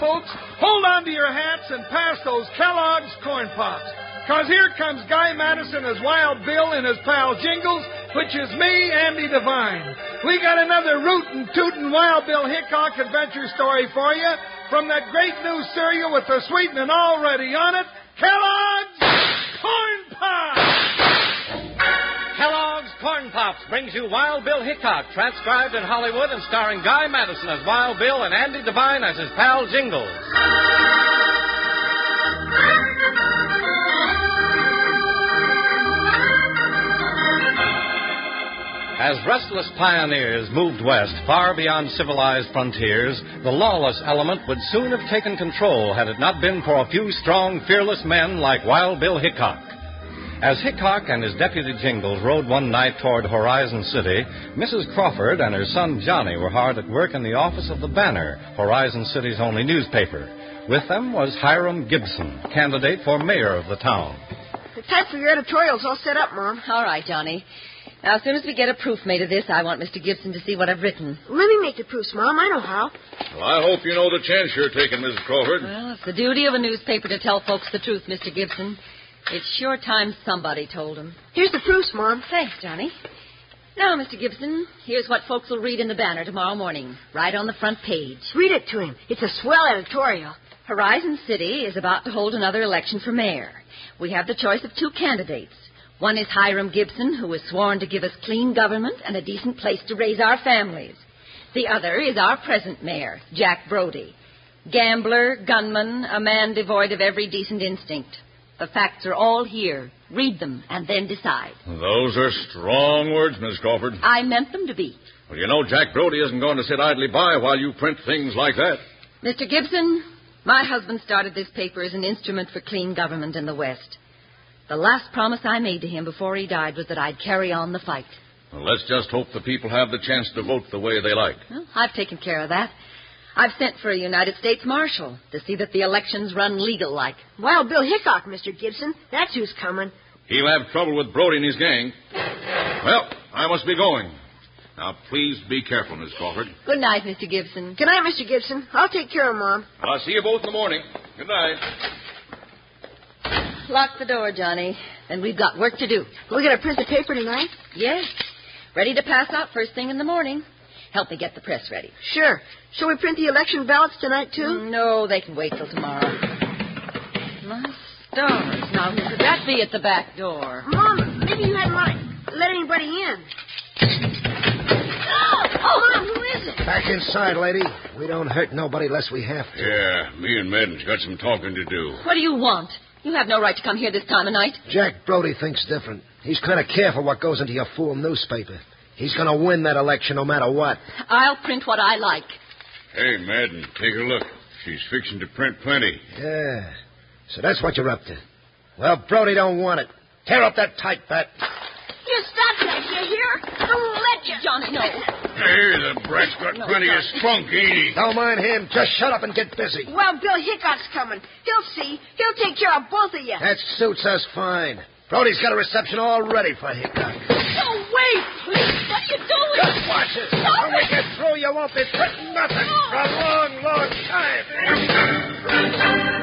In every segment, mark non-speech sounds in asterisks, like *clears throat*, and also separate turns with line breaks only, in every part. folks, hold on to your hats and pass those Kellogg's Corn Pops. Cause here comes Guy Madison as Wild Bill and his pal Jingles, which is me, Andy Devine. We got another rootin' tootin' Wild Bill Hickok adventure story for you from that great new cereal with the sweetening already on it, Kellogg's Corn Pops!
Kellogg's Corn Pops brings you Wild Bill Hickok, transcribed in Hollywood and starring Guy Madison as Wild Bill and Andy Devine as his pal Jingles. As restless pioneers moved west, far beyond civilized frontiers, the lawless element would soon have taken control had it not been for a few strong, fearless men like Wild Bill Hickok. As Hickok and his deputy Jingles rode one night toward Horizon City, Mrs. Crawford and her son Johnny were hard at work in the office of the Banner, Horizon City's only newspaper. With them was Hiram Gibson, candidate for mayor of the town.
The types of your editorials all set up, Mom.
All right, Johnny. Now, as soon as we get a proof made of this, I want Mr. Gibson to see what I've written.
Let me make the proofs, Mom. I know how.
Well, I hope you know the chance you're taking, Mrs. Crawford.
Well, it's the duty of a newspaper to tell folks the truth, Mr. Gibson. It's sure time somebody told him.
Here's the proofs, Mom.
Thanks, Johnny. Now, Mr. Gibson, here's what folks will read in the banner tomorrow morning, right on the front page.
Read it to him. It's a swell editorial.
Horizon City is about to hold another election for mayor. We have the choice of two candidates. One is Hiram Gibson, who is sworn to give us clean government and a decent place to raise our families. The other is our present mayor, Jack Brody. Gambler, gunman, a man devoid of every decent instinct. The facts are all here. Read them and then decide.
Those are strong words, Miss Crawford.
I meant them to be.
Well, you know, Jack Brody isn't going to sit idly by while you print things like that.
Mr. Gibson, my husband started this paper as an instrument for clean government in the West. The last promise I made to him before he died was that I'd carry on the fight.
Well, let's just hope the people have the chance to vote the way they like.
Well, I've taken care of that. I've sent for a United States Marshal to see that the elections run legal like.
Wild Bill Hickok, Mr. Gibson. That's who's coming.
He'll have trouble with Brody and his gang. Well, I must be going. Now, please be careful, Miss Crawford.
Good night, Mr. Gibson.
Good night, Mr. Gibson. I'll take care of Mom.
I'll see you both in the morning. Good night.
Lock the door, Johnny. Then we've got work to do.
Are we going to print the paper tonight?
Yes. Ready to pass out first thing in the morning. Help me get the press ready.
Sure. Shall we print the election ballots tonight, too?
Mm, No, they can wait till tomorrow. My stars. Now, who could that be at the back door?
Mm. Mom, maybe you hadn't let, let anybody in. Oh, oh, Mom, who is it?
Back inside, lady. We don't hurt nobody unless we have to.
Yeah, me and Madden's got some talking to do.
What do you want? You have no right to come here this time of night.
Jack Brody thinks different. He's kind of careful what goes into your fool newspaper. He's going to win that election no matter what.
I'll print what I like.
Hey, Madden, take a look. She's fixing to print plenty.
Yeah. So that's what you're up to. Well, Brody don't want it. Tear up that tight bat.
You stop that, you hear? I won't let you.
Johnny, no.
Hey, the brat's got
No,
plenty
no.
of spunk, ain't he?
Don't mind him. Just shut up and get busy.
Well, Bill Hickok's coming. He'll see. He'll take care of both of you.
That suits us fine. Brody's got a reception all ready for Hickok.
No, wait, please. What are you doing?
Just watch it. When we get through, you won't be printing nothing for a long, long time.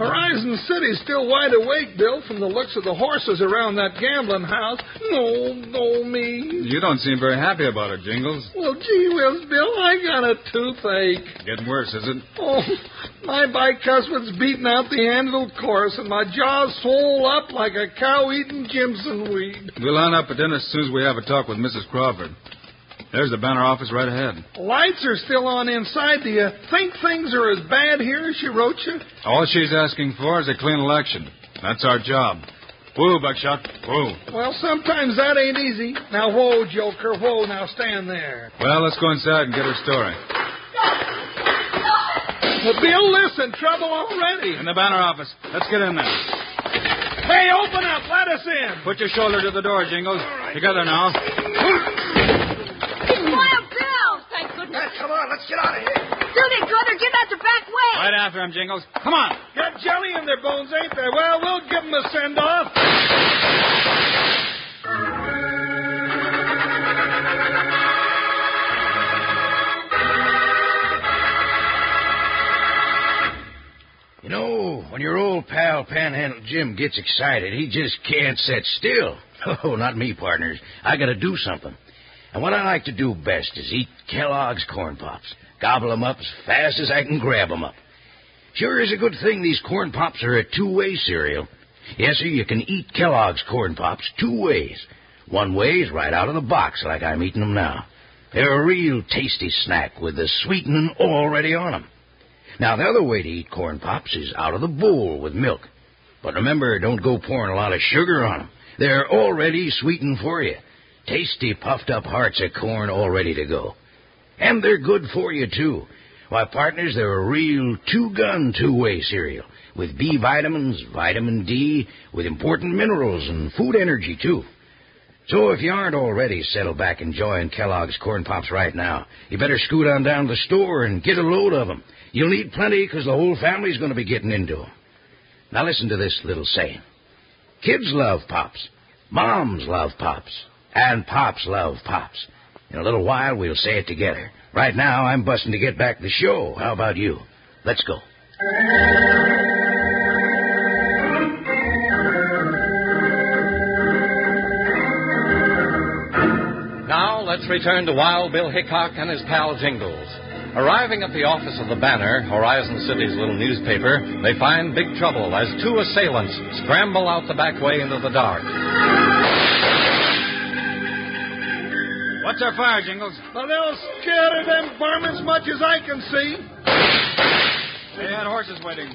Horizon City's still wide awake, Bill, from the looks of the horses around that gambling house. No, no, me.
You don't seem very happy about it, Jingles.
Well, gee whiz, Bill, I got a toothache.
Getting worse, is it?
Oh, my bicuspid's beating out the end of the course, and my jaw's swole up like a cow eating Jimson weed.
We'll line up at dinner as soon as we have a talk with Mrs. Crawford. There's the banner office right ahead.
Lights are still on inside. Do you think things are as bad here as she wrote you?
All she's asking for is a clean election. That's our job. Woo, Buckshot. Woo.
Well, sometimes that ain't easy. Now, whoa, Joker, whoa, now stand there.
Well, let's go inside and get her story.
Well, Bill, listen, trouble already.
In the banner office. Let's get in there.
Hey, open up, let us in.
Put your shoulder to the door, Jingles. Together now.
It's Wild Bill.
Thank goodness.
Now, come on, let's get out of here.
Do they, Brother? Get out the back way.
Right after him, Jingles. Come on.
Got jelly in their bones, ain't they? Well, we'll give 'em a send off.
No, when your old pal Panhandle Jim gets excited, he just can't sit still. *laughs* Oh, not me, partners. I gotta do something. And what I like to do best is eat Kellogg's corn pops. Gobble 'em up as fast as I can grab 'em up. Sure is a good thing these corn pops are a two-way cereal. Yes, sir, you can eat Kellogg's corn pops two ways. One way is right out of the box, like I'm eating 'em now. They're a real tasty snack with the sweetening already on 'em. Now, the other way to eat corn pops is out of the bowl with milk. But remember, don't go pouring a lot of sugar on 'em. They're already sweetened for you. Tasty, puffed up hearts of corn all ready to go. And they're good for you, too. Why, partners, they're a real two gun, two way cereal with B vitamins, vitamin D, with important minerals and food energy, too. So if you aren't already settled back enjoying Kellogg's Corn Pops right now, you better scoot on down to the store and get a load of 'em. You'll need plenty 'cause the whole family's going to be getting into 'em. Now listen to this little saying. Kids love Pops. Moms love Pops. And Pops love Pops. In a little while, we'll say it together. Right now, I'm busting to get back to the show. How about you? Let's go.
Now, let's return to Wild Bill Hickok and his pal Jingles. Arriving at the office of the Banner, Horizon City's little newspaper, they find big trouble as two assailants scramble out the back way into the dark.
What's our fire, Jingles?
But they'll scatter them varmints much as I can see.
They had horses waiting.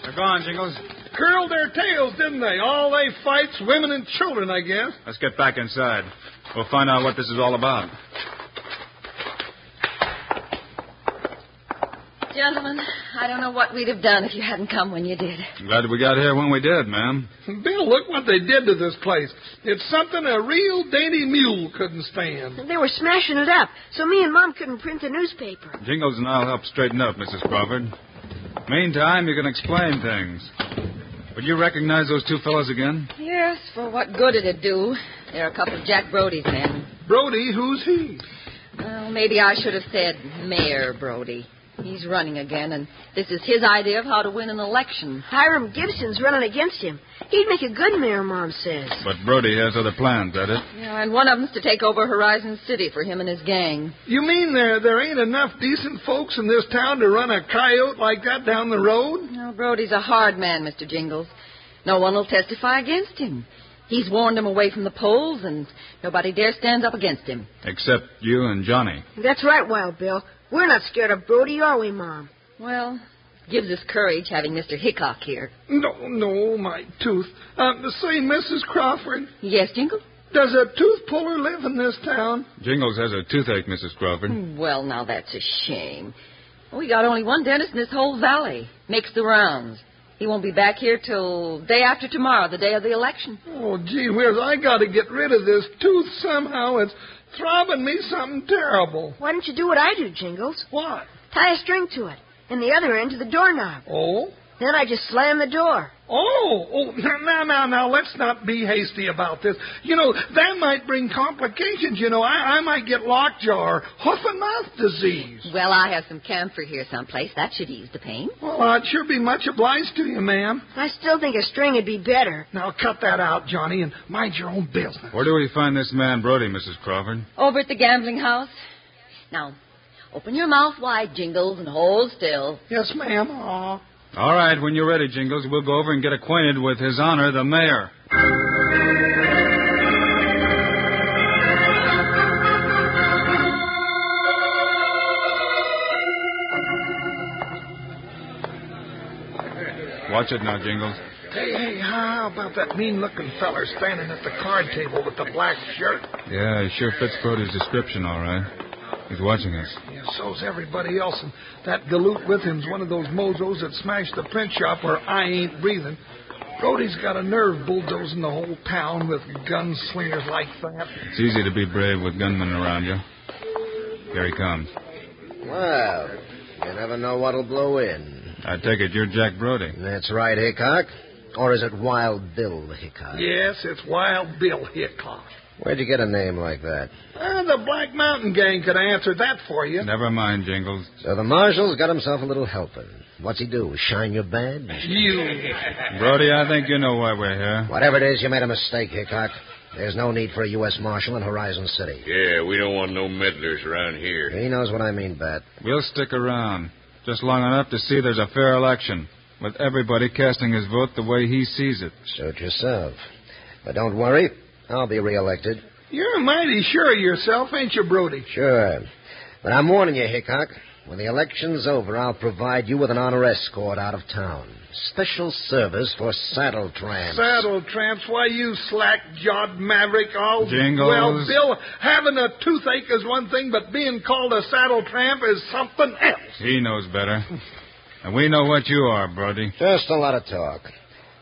They're gone, Jingles.
Curled their tails, didn't they? All they fights women and children, I guess.
Let's get back inside. We'll find out what this is all about.
Gentlemen, I don't know what we'd have done if you hadn't come when you did.
I'm glad we got here when we did, ma'am.
Bill, look what they did to this place. It's something a real dainty mule couldn't stand.
They were smashing it up, so me and Mom couldn't print the newspaper.
Jingles and I'll help straighten up, Mrs. Crawford. Meantime, you can explain things. Would you recognize those two fellows again?
Yes, for what good did it do? They're a couple of Jack Brody's men.
Brody, who's he?
Well, maybe I should have said Mayor Brody. He's running again, and this is his idea of how to win an election.
Hiram Gibson's running against him. He'd make a good mayor, Mom says.
But Brody has other plans, that it?
Yeah, and one of them's to take over Horizon City for him and his gang.
You mean there there ain't enough decent folks in this town to run a coyote like that down the road?
No, Brody's a hard man, Mr. Jingles. No one will testify against him. He's warned 'em away from the polls, and nobody dare stands up against him.
Except you and Johnny.
That's right, Wild Bill. We're not scared of Brody, are we, Mom?
Well, gives us courage having Mr. Hickok here.
No, no, my tooth. Um, say, Mrs. Crawford,
Yes, Jingles?
does a tooth puller live in this town?
Jingles has a toothache, Mris's
*clears throat*
Crawford.
Well, now that's a shame. We got only one dentist in this whole valley. Makes the rounds. He won't be back here till day after tomorrow, the day of the election.
Oh, gee whiz, I gotta get rid of this tooth somehow. It's throbbing me something terrible.
Why don't you do what I do, Jingles?
What?
Tie a string to it, and the other end to the doorknob.
Oh?
Then I just slam the door.
Oh, oh, now, now, now, let's not be hasty about this. You know, that might bring complications. You know, I, I might get lockjaw or hoof and mouth disease.
Well, I have some camphor here someplace. That should ease the pain.
Well, I'd sure be much obliged to you, ma'am.
I still think a string would be better.
Now, cut that out, Johnny, and mind your own business.
Where do we find this man, Brody, Mrs. Crawford?
Over at the gambling house. Now, open your mouth wide, Jingles, and hold still.
Yes, ma'am. Aw.
All right, when you're ready, Jingles, we'll go over and get acquainted with His Honor, the Mayor. Watch it now, Jingles.
Hey, hey, how about that mean-looking feller standing at the card table with the black shirt?
Yeah, he sure fits Brody's description, all right. He's watching us.
Yeah, so's everybody else, and that galoot with him's one of those mozos that smashed the print shop where I ain't breathing. Brody's got a nerve bulldozing the whole town with gunslingers like that.
It's easy to be brave with gunmen around you. Here he comes.
Well, you never know what'll blow in.
I take it you're Jack Brody.
That's right, Hickok. Or is it Wild Bill Hickok?
Yes, it's Wild Bill Hickok.
Where'd you get a name like that?
Ah, the Black Mountain Gang could have answered that for you.
Never mind, Jingles.
So the marshal's got himself a little helper. What's he do? Shine your badge?
Brody, I think you know why we're here.
Whatever it is, you made a mistake, Hickok. There's no need for a U.S. Marshal in Horizon City.
Yeah, we don't want no meddlers around here.
He knows what I mean, Bat.
We'll stick around just long enough to see there's a fair election, with everybody casting his vote the way he sees it.
Suit yourself. But don't worry, I'll be reelected.
You're mighty sure of yourself, ain't you, Brody?
Sure. But I'm warning you, Hickok. When the election's over, I'll provide you with an honor escort out of town. Special service for saddle tramps.
Saddle tramps, why you slack jawed maverick all
Jingles.
well Bill, having a toothache is one thing, but being called a saddle tramp is something else.
He knows
*laughs*
better. And we know what you are, Brody.
Just a lot of talk.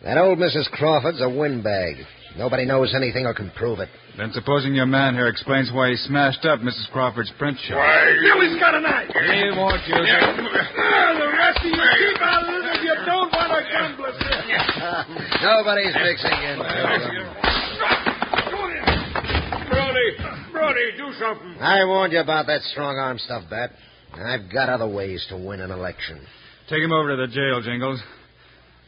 That old Mrs. Crawford's a windbag. Nobody knows anything or can prove it.
Then supposing your man here explains why he smashed up Mrs. Crawford's print shop.
Billy's got a knife.
He won't use
Ah, the rest of you keep out of this if you don't want to come, Blitzer.
Nobody's fixing it.
Go ahead.
Brody, Brody, do something.
I warned you about that strong arm stuff, Bat. I've got other ways to win an election.
Take him over to the jail, Jingles.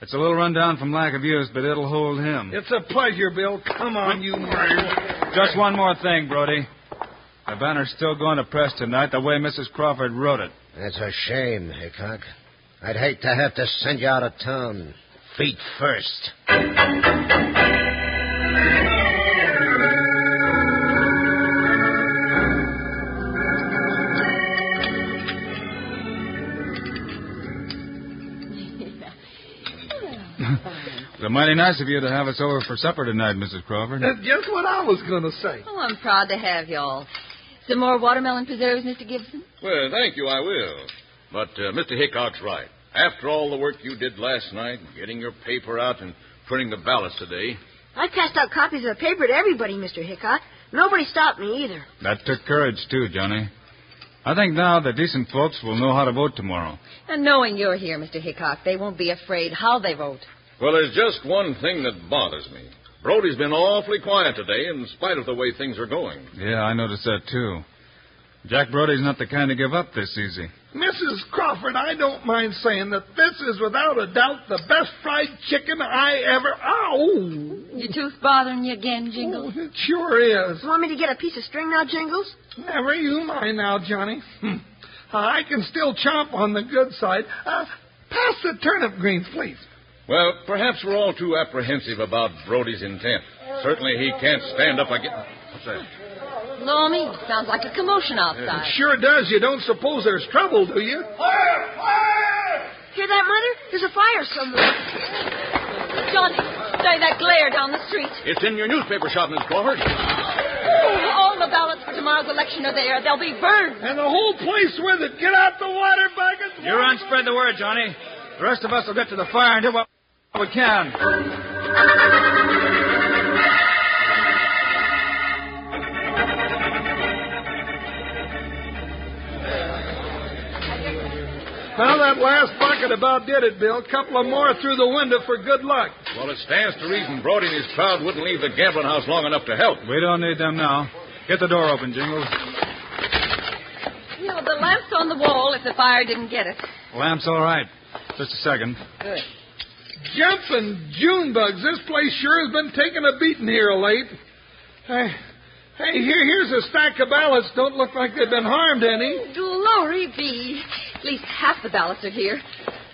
It's a little rundown from lack of use, but it'll hold him.
It's a pleasure, Bill. Come on, you murderer.
Just one more thing, Brody. The banner's still going to press tonight the way Mrs. Crawford wrote it.
That's a shame, Hickok. I'd hate to have to send you out of town. Feet first.
It was mighty nice of you to have us over for supper tonight, Mrs. Crawford.
That's just what I was going to say.
Oh, I'm proud to have y'all. Some more watermelon preserves, Mr. Gibson?
Well, thank you, I will. But uh, Mr. Hickok's right. After all the work you did last night, getting your paper out and printing the ballots today,
I passed out copies of the paper to everybody, Mr. Hickok. Nobody stopped me either.
That took courage, too, Johnny. I think now the decent folks will know how to vote tomorrow.
And knowing you're here, Mr. Hickok, they won't be afraid how they vote.
well, there's just one thing that bothers me. Brody's been awfully quiet today in spite of the way things are going.
Yeah, I noticed that, too. Jack Brody's not the kind to give up this easy.
Mrs. Crawford, I don't mind saying that this is without a doubt the best fried chicken I ever. Ow!
Your tooth bothering you again, Jingles?
Oh, it sure is.
You want me to get a piece of string now, Jingles?
Never you mind now, Johnny. Hmm. I can still chomp on the good side. Uh, pass the turnip greens, please.
Well, perhaps we're all too apprehensive about Brody's intent. Certainly he can't stand up again. What's that?
Blimey, sounds like a commotion outside.
Sure does. You don't suppose there's trouble, do you?
Hear that, Mother? There's a fire somewhere.
Johnny, stay that glare down the street.
It's in your newspaper shop, Miss Crawford.
Oh, all the ballots for tomorrow's election are there. They'll be burned.
And the whole place with it. Get out the water buckets.
You run, spread the word, Johnny. The rest of us will get to the fire and do what we can.
Well, that last bucket about did it, Bill. Couple of more through the window for good luck.
Well, it stands to reason Brody and his crowd wouldn't leave the gambling house long enough to help.
We don't need them now. Get the door open, Jingles.
You know, the lamp's on the wall if the fire didn't get it.
Lamp's all right. Just a second.
Good.
Jumping June bugs. This place sure has been taking a beating here of late. Hey, hey, here, here's a stack of ballots. Don't look like they've been harmed any.
Glory be. At least half the ballots are here.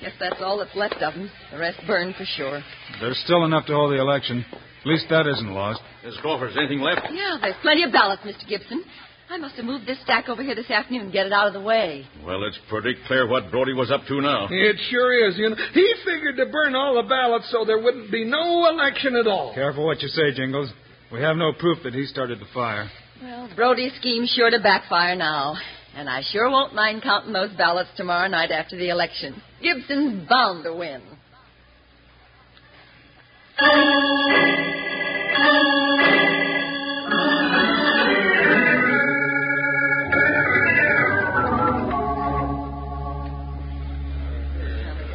Guess that's all that's left of them. The rest burned for sure.
There's still enough to hold the election. At least that isn't lost.
Miss Crawford, is anything left?
Yeah, there's plenty of ballots, Mr. Gibson. I must have moved this stack over here this afternoon and get it out of the way.
Well, it's pretty clear what Brody was up to now.
It sure is. You know, he figured to burn all the ballots so there wouldn't be no election at all.
Careful what you say, Jingles. We have no proof that he started the fire.
Well, Brody's scheme's sure to backfire now. And I sure won't mind counting those ballots tomorrow night after the election. Gibson's bound to win.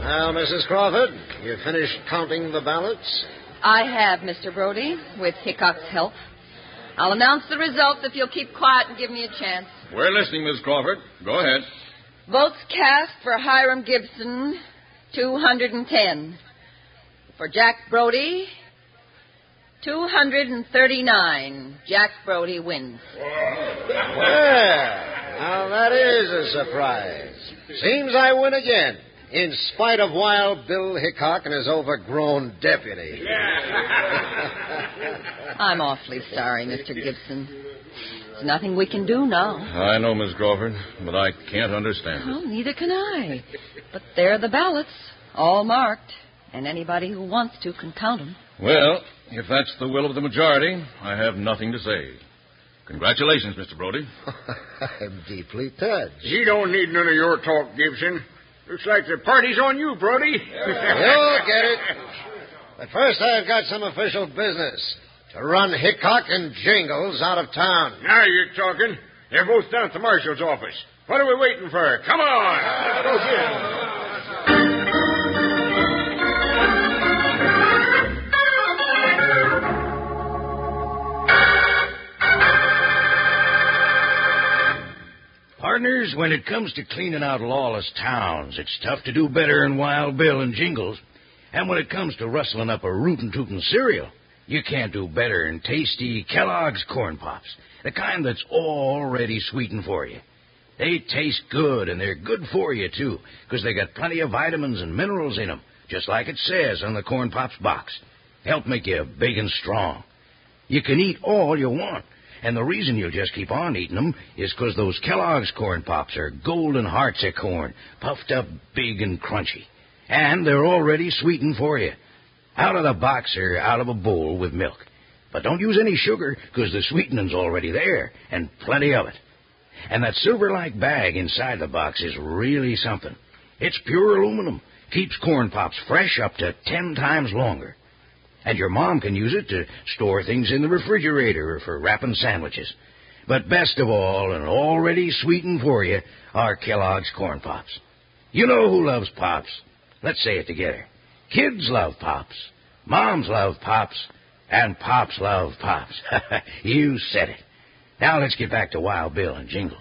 Now, Mrs. Crawford, you finished counting the ballots?
I have, Mr. Brody, with Hickok's help. I'll announce the results if you'll keep quiet and give me a chance.
We're listening, Miss Crawford. Go
*laughs*
ahead.
Votes cast for Hiram Gibson, 210. For Jack Brody, 239. Jack Brody wins.
Well, now that is a surprise. Seems I win again, in spite of Wild Bill Hickok and his overgrown deputy. *laughs*
I'm awfully sorry, Mr. Gibson. There's nothing we can do now.
I know, Miss Crawford, but I can't understand it.
Well, neither can I. But there are the ballots, all marked, and anybody who wants to can count them.
Well, if that's the will of the majority, I have nothing to say. Congratulations, Mr. Brody.
I'm deeply touched.
He don't need none of your talk, Gibson. Looks like the party's on you, Brody.
You'll get it. But first, I've got some official business to run Hickok and Jingles out of town.
Now you're talking. They're both down at the marshal's office. What are we waiting for? Come on. Go get 'em.
Partners, when it comes to cleaning out lawless towns, it's tough to do better than Wild Bill and Jingles. And when it comes to rustling up a rootin' tootin' cereal, you can't do better than tasty Kellogg's Corn Pops, the kind that's already sweetened for you. They taste good, and they're good for you, too, because they got plenty of vitamins and minerals in 'em, just like it says on the Corn Pops box. Help make you big and strong. You can eat all you want. And the reason you'll just keep on eating 'em is 'cause those Kellogg's Corn Pops are golden hearts of corn, puffed up big and crunchy. And they're already sweetened for you. Out of the box or out of a bowl with milk. But don't use any sugar 'cause the sweetening's already there, and plenty of it. And that silver like bag inside the box is really something. It's pure aluminum, keeps corn pops fresh up to ten times longer. And your mom can use it to store things in the refrigerator or for wrapping sandwiches. But best of all, and already sweetened for you, are Kellogg's Corn Pops. You know who loves Pops. Let's say it together. Kids love Pops. Moms love Pops. And Pops love Pops. *laughs* you said it. Now let's get back to Wild Bill and Jingles.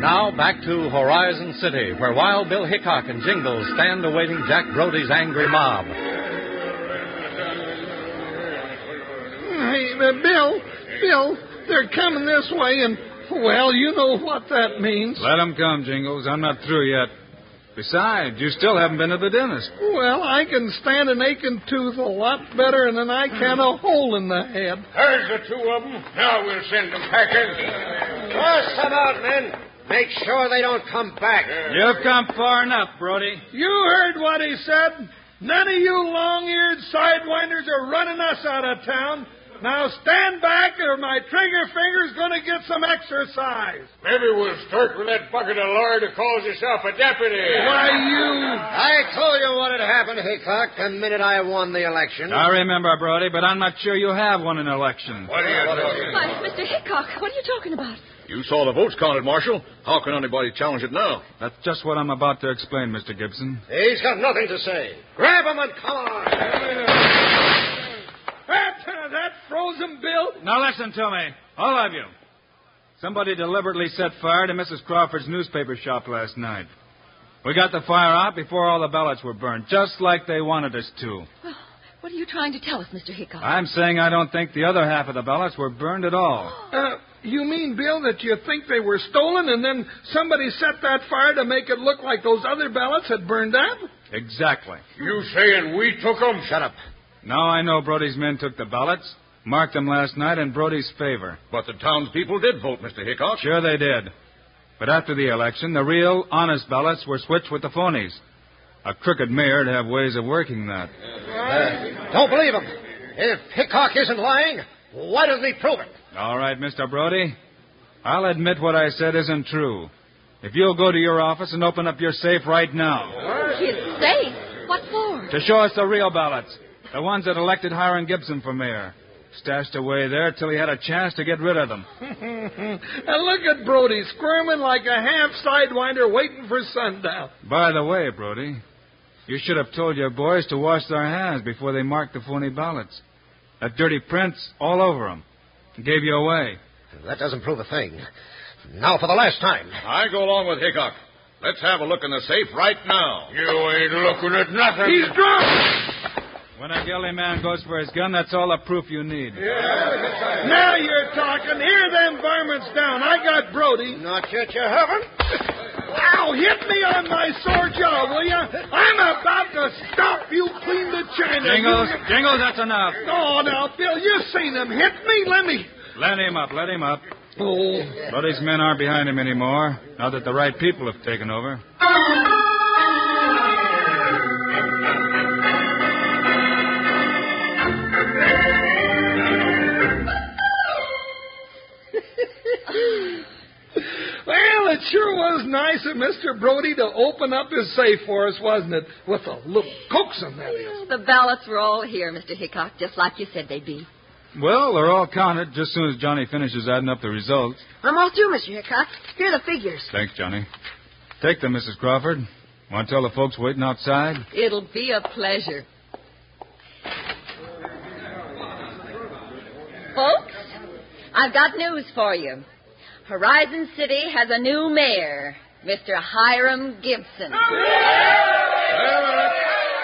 Now back to Horizon City, where Wild Bill Hickok and Jingles stand awaiting Jack Brody's angry mob.
Hey, uh, Bill, Bill, they're coming this way, and, well, you know what that means.
Let 'em come, Jingles. I'm not through yet. Besides, you still haven't been to the dentist.
Well, I can stand an aching tooth a lot better than I can a hole in the head.
There's the two of 'em. Now we'll send 'em packing.
Bust them out, men. Make sure they don't come back.
You've come far enough, Brody.
You heard what he said. None of you long eared sidewinders are running us out of town. Now stand back, or my trigger finger's going to get some exercise.
Maybe we'll start with that bucket of lard who calls himself a deputy.
Why,
I told you what had happened, Hickok, the minute I won the election.
I remember, Brody, but I'm not sure you have won an election.
What are you talking
Why, Mr. Hickok, what are you talking about?
You saw the votes counted, Marshal. How can anybody challenge it now?
That's just what I'm about to explain, Mr. Gibson.
He's got nothing to say. Grab him and come on.
you. That, that frozen Bill.
Now listen to me, all of you. Somebody deliberately set fire to Mrs. Crawford's newspaper shop last night. We got the fire out before all the ballots were burned, just like they wanted us to.
Well, what are you trying to tell us, Mr. Hickok?
I'm saying I don't think the other half of the ballots were burned at all.
Uh, you mean, Bill, that you think they were stolen and then somebody set that fire to make it look like those other ballots had burned up?
Exactly.
You saying we took 'em? Shut up.
Now I know Brody's men took the ballots, marked them last night in Brody's favor.
But the townspeople did vote, Mr. Hickok.
Sure they did. But after the election, the real, honest ballots were switched with the phonies. A crooked mayor to have ways of working that.
Uh, Don't believe him. If Hickok isn't lying, why doesn't he prove it?
All right, Mr. Brody. I'll admit what I said isn't true. If you'll go to your office and open up your safe right now
It's safe. What for?
to show us the real ballots, the ones that elected Hiram Gibson for mayor, Stashed away there till he had a chance to get rid of them.
*laughs* and look at Brody squirming like a half sidewinder waiting for sundown.
By the way, Brody, you should have told your boys to wash their hands before they marked the phony ballots. That dirty print's all over 'em. Gave you away.
That doesn't prove a thing. Now for the last time.
I go along with Hickok. Let's have a look in the safe right now.
You ain't looking at nothing.
He's drunk!
When a guilty man goes for his gun, that's all the proof you need.
Now you're talking. Hear them varmints down. I got Brody.
Not yet, you haven't.
Ow, hit me on my sore jaw, will you? I'm about to stop you clean to China.
Jingles,
You-
Jingles, that's enough.
Oh, now, Bill, you seen him. Hit me, let me.
Let him up, let him up.
Oh,
Buddy's men aren't behind him anymore, now that the right people have taken over.
Well, it sure was nice of Mr. Brody to open up his safe for us, wasn't it? With a little coaxing, that is.
The ballots were all here, Mr. Hickok, just like you said they'd be.
Well, they're all counted just as soon as Johnny finishes adding up the results.
I'm all through, Mr. Hickok. Here are the figures.
Thanks, Johnny. Take them, Mrs. Crawford. Want to tell the folks waiting outside?
It'll be a pleasure. Folks, I've got news for you. Horizon City has a new mayor, Mr. Hiram Gibson.
Wait a minute. Now,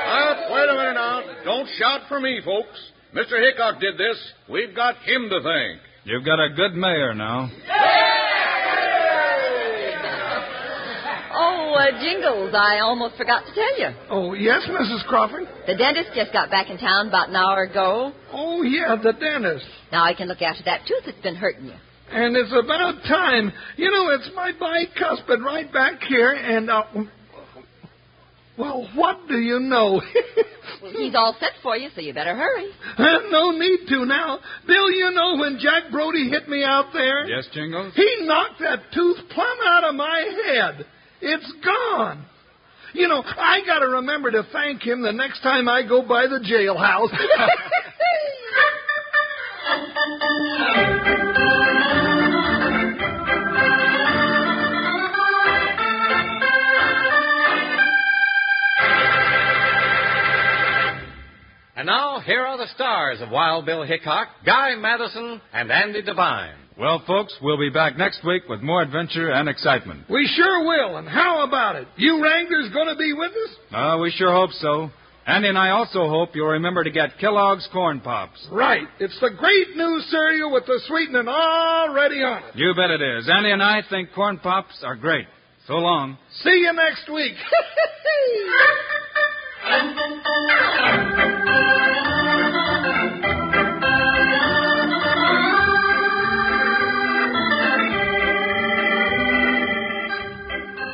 Ah, wait a minute now. Don't shout for me, folks. Mr. Hickok did this. We've got him to thank.
You've got a good mayor now.
Oh, uh, Jingles, I almost forgot to tell you.
Oh, yes, Mrs. Crawford?
The dentist just got back in town about an hour ago.
Oh, yeah, the dentist.
Now I can look after that tooth that's been hurting you.
And it's about time. You know, it's my bicuspid right back here, and, uh, well, what do you know? *laughs*
Well, he's all set for you, so you better hurry.
no need to now. Bill, you know when Jack Brody hit me out there?
Yes, Jingles?
He knocked that tooth plumb out of my head. It's gone. You know, I gotta remember to thank him the next time I go by the jailhouse.
And now, here are the stars of Wild Bill Hickok, Guy Madison, and Andy Devine.
Well, folks, we'll be back next week with more adventure and excitement.
we sure will, and how about it? You Wrangler's gonna be with us?
Uh, we sure hope so. Andy and I also hope you'll remember to get Kellogg's Corn Pops.
Right. It's the great new cereal with the sweetening already on it.
You bet it is. Andy and I think Corn Pops are great. So long.
See you next week.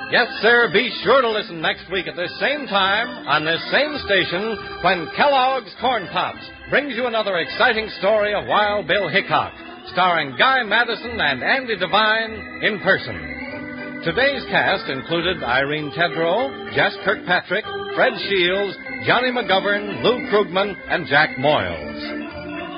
Yes, sir, be sure to listen next week at this same time on this same station when Kellogg's Corn Pops brings you another exciting story of Wild Bill Hickok, starring Guy Madison and Andy Devine in person. Today's cast included Irene Tedrow, Jess Kirkpatrick, Fred Shields, Johnny McGovern, Lou Krugman, and Jack Moyles.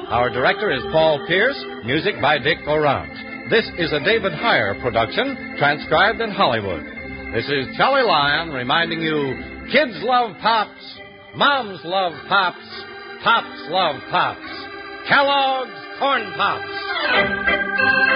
Our director is Paul Pierce, music by Dick Orant. This is a David Heyer production, transcribed in Hollywood. This is Charlie Lyon reminding you kids love pops, moms love pops, pops love pops, Kellogg's Corn Pops.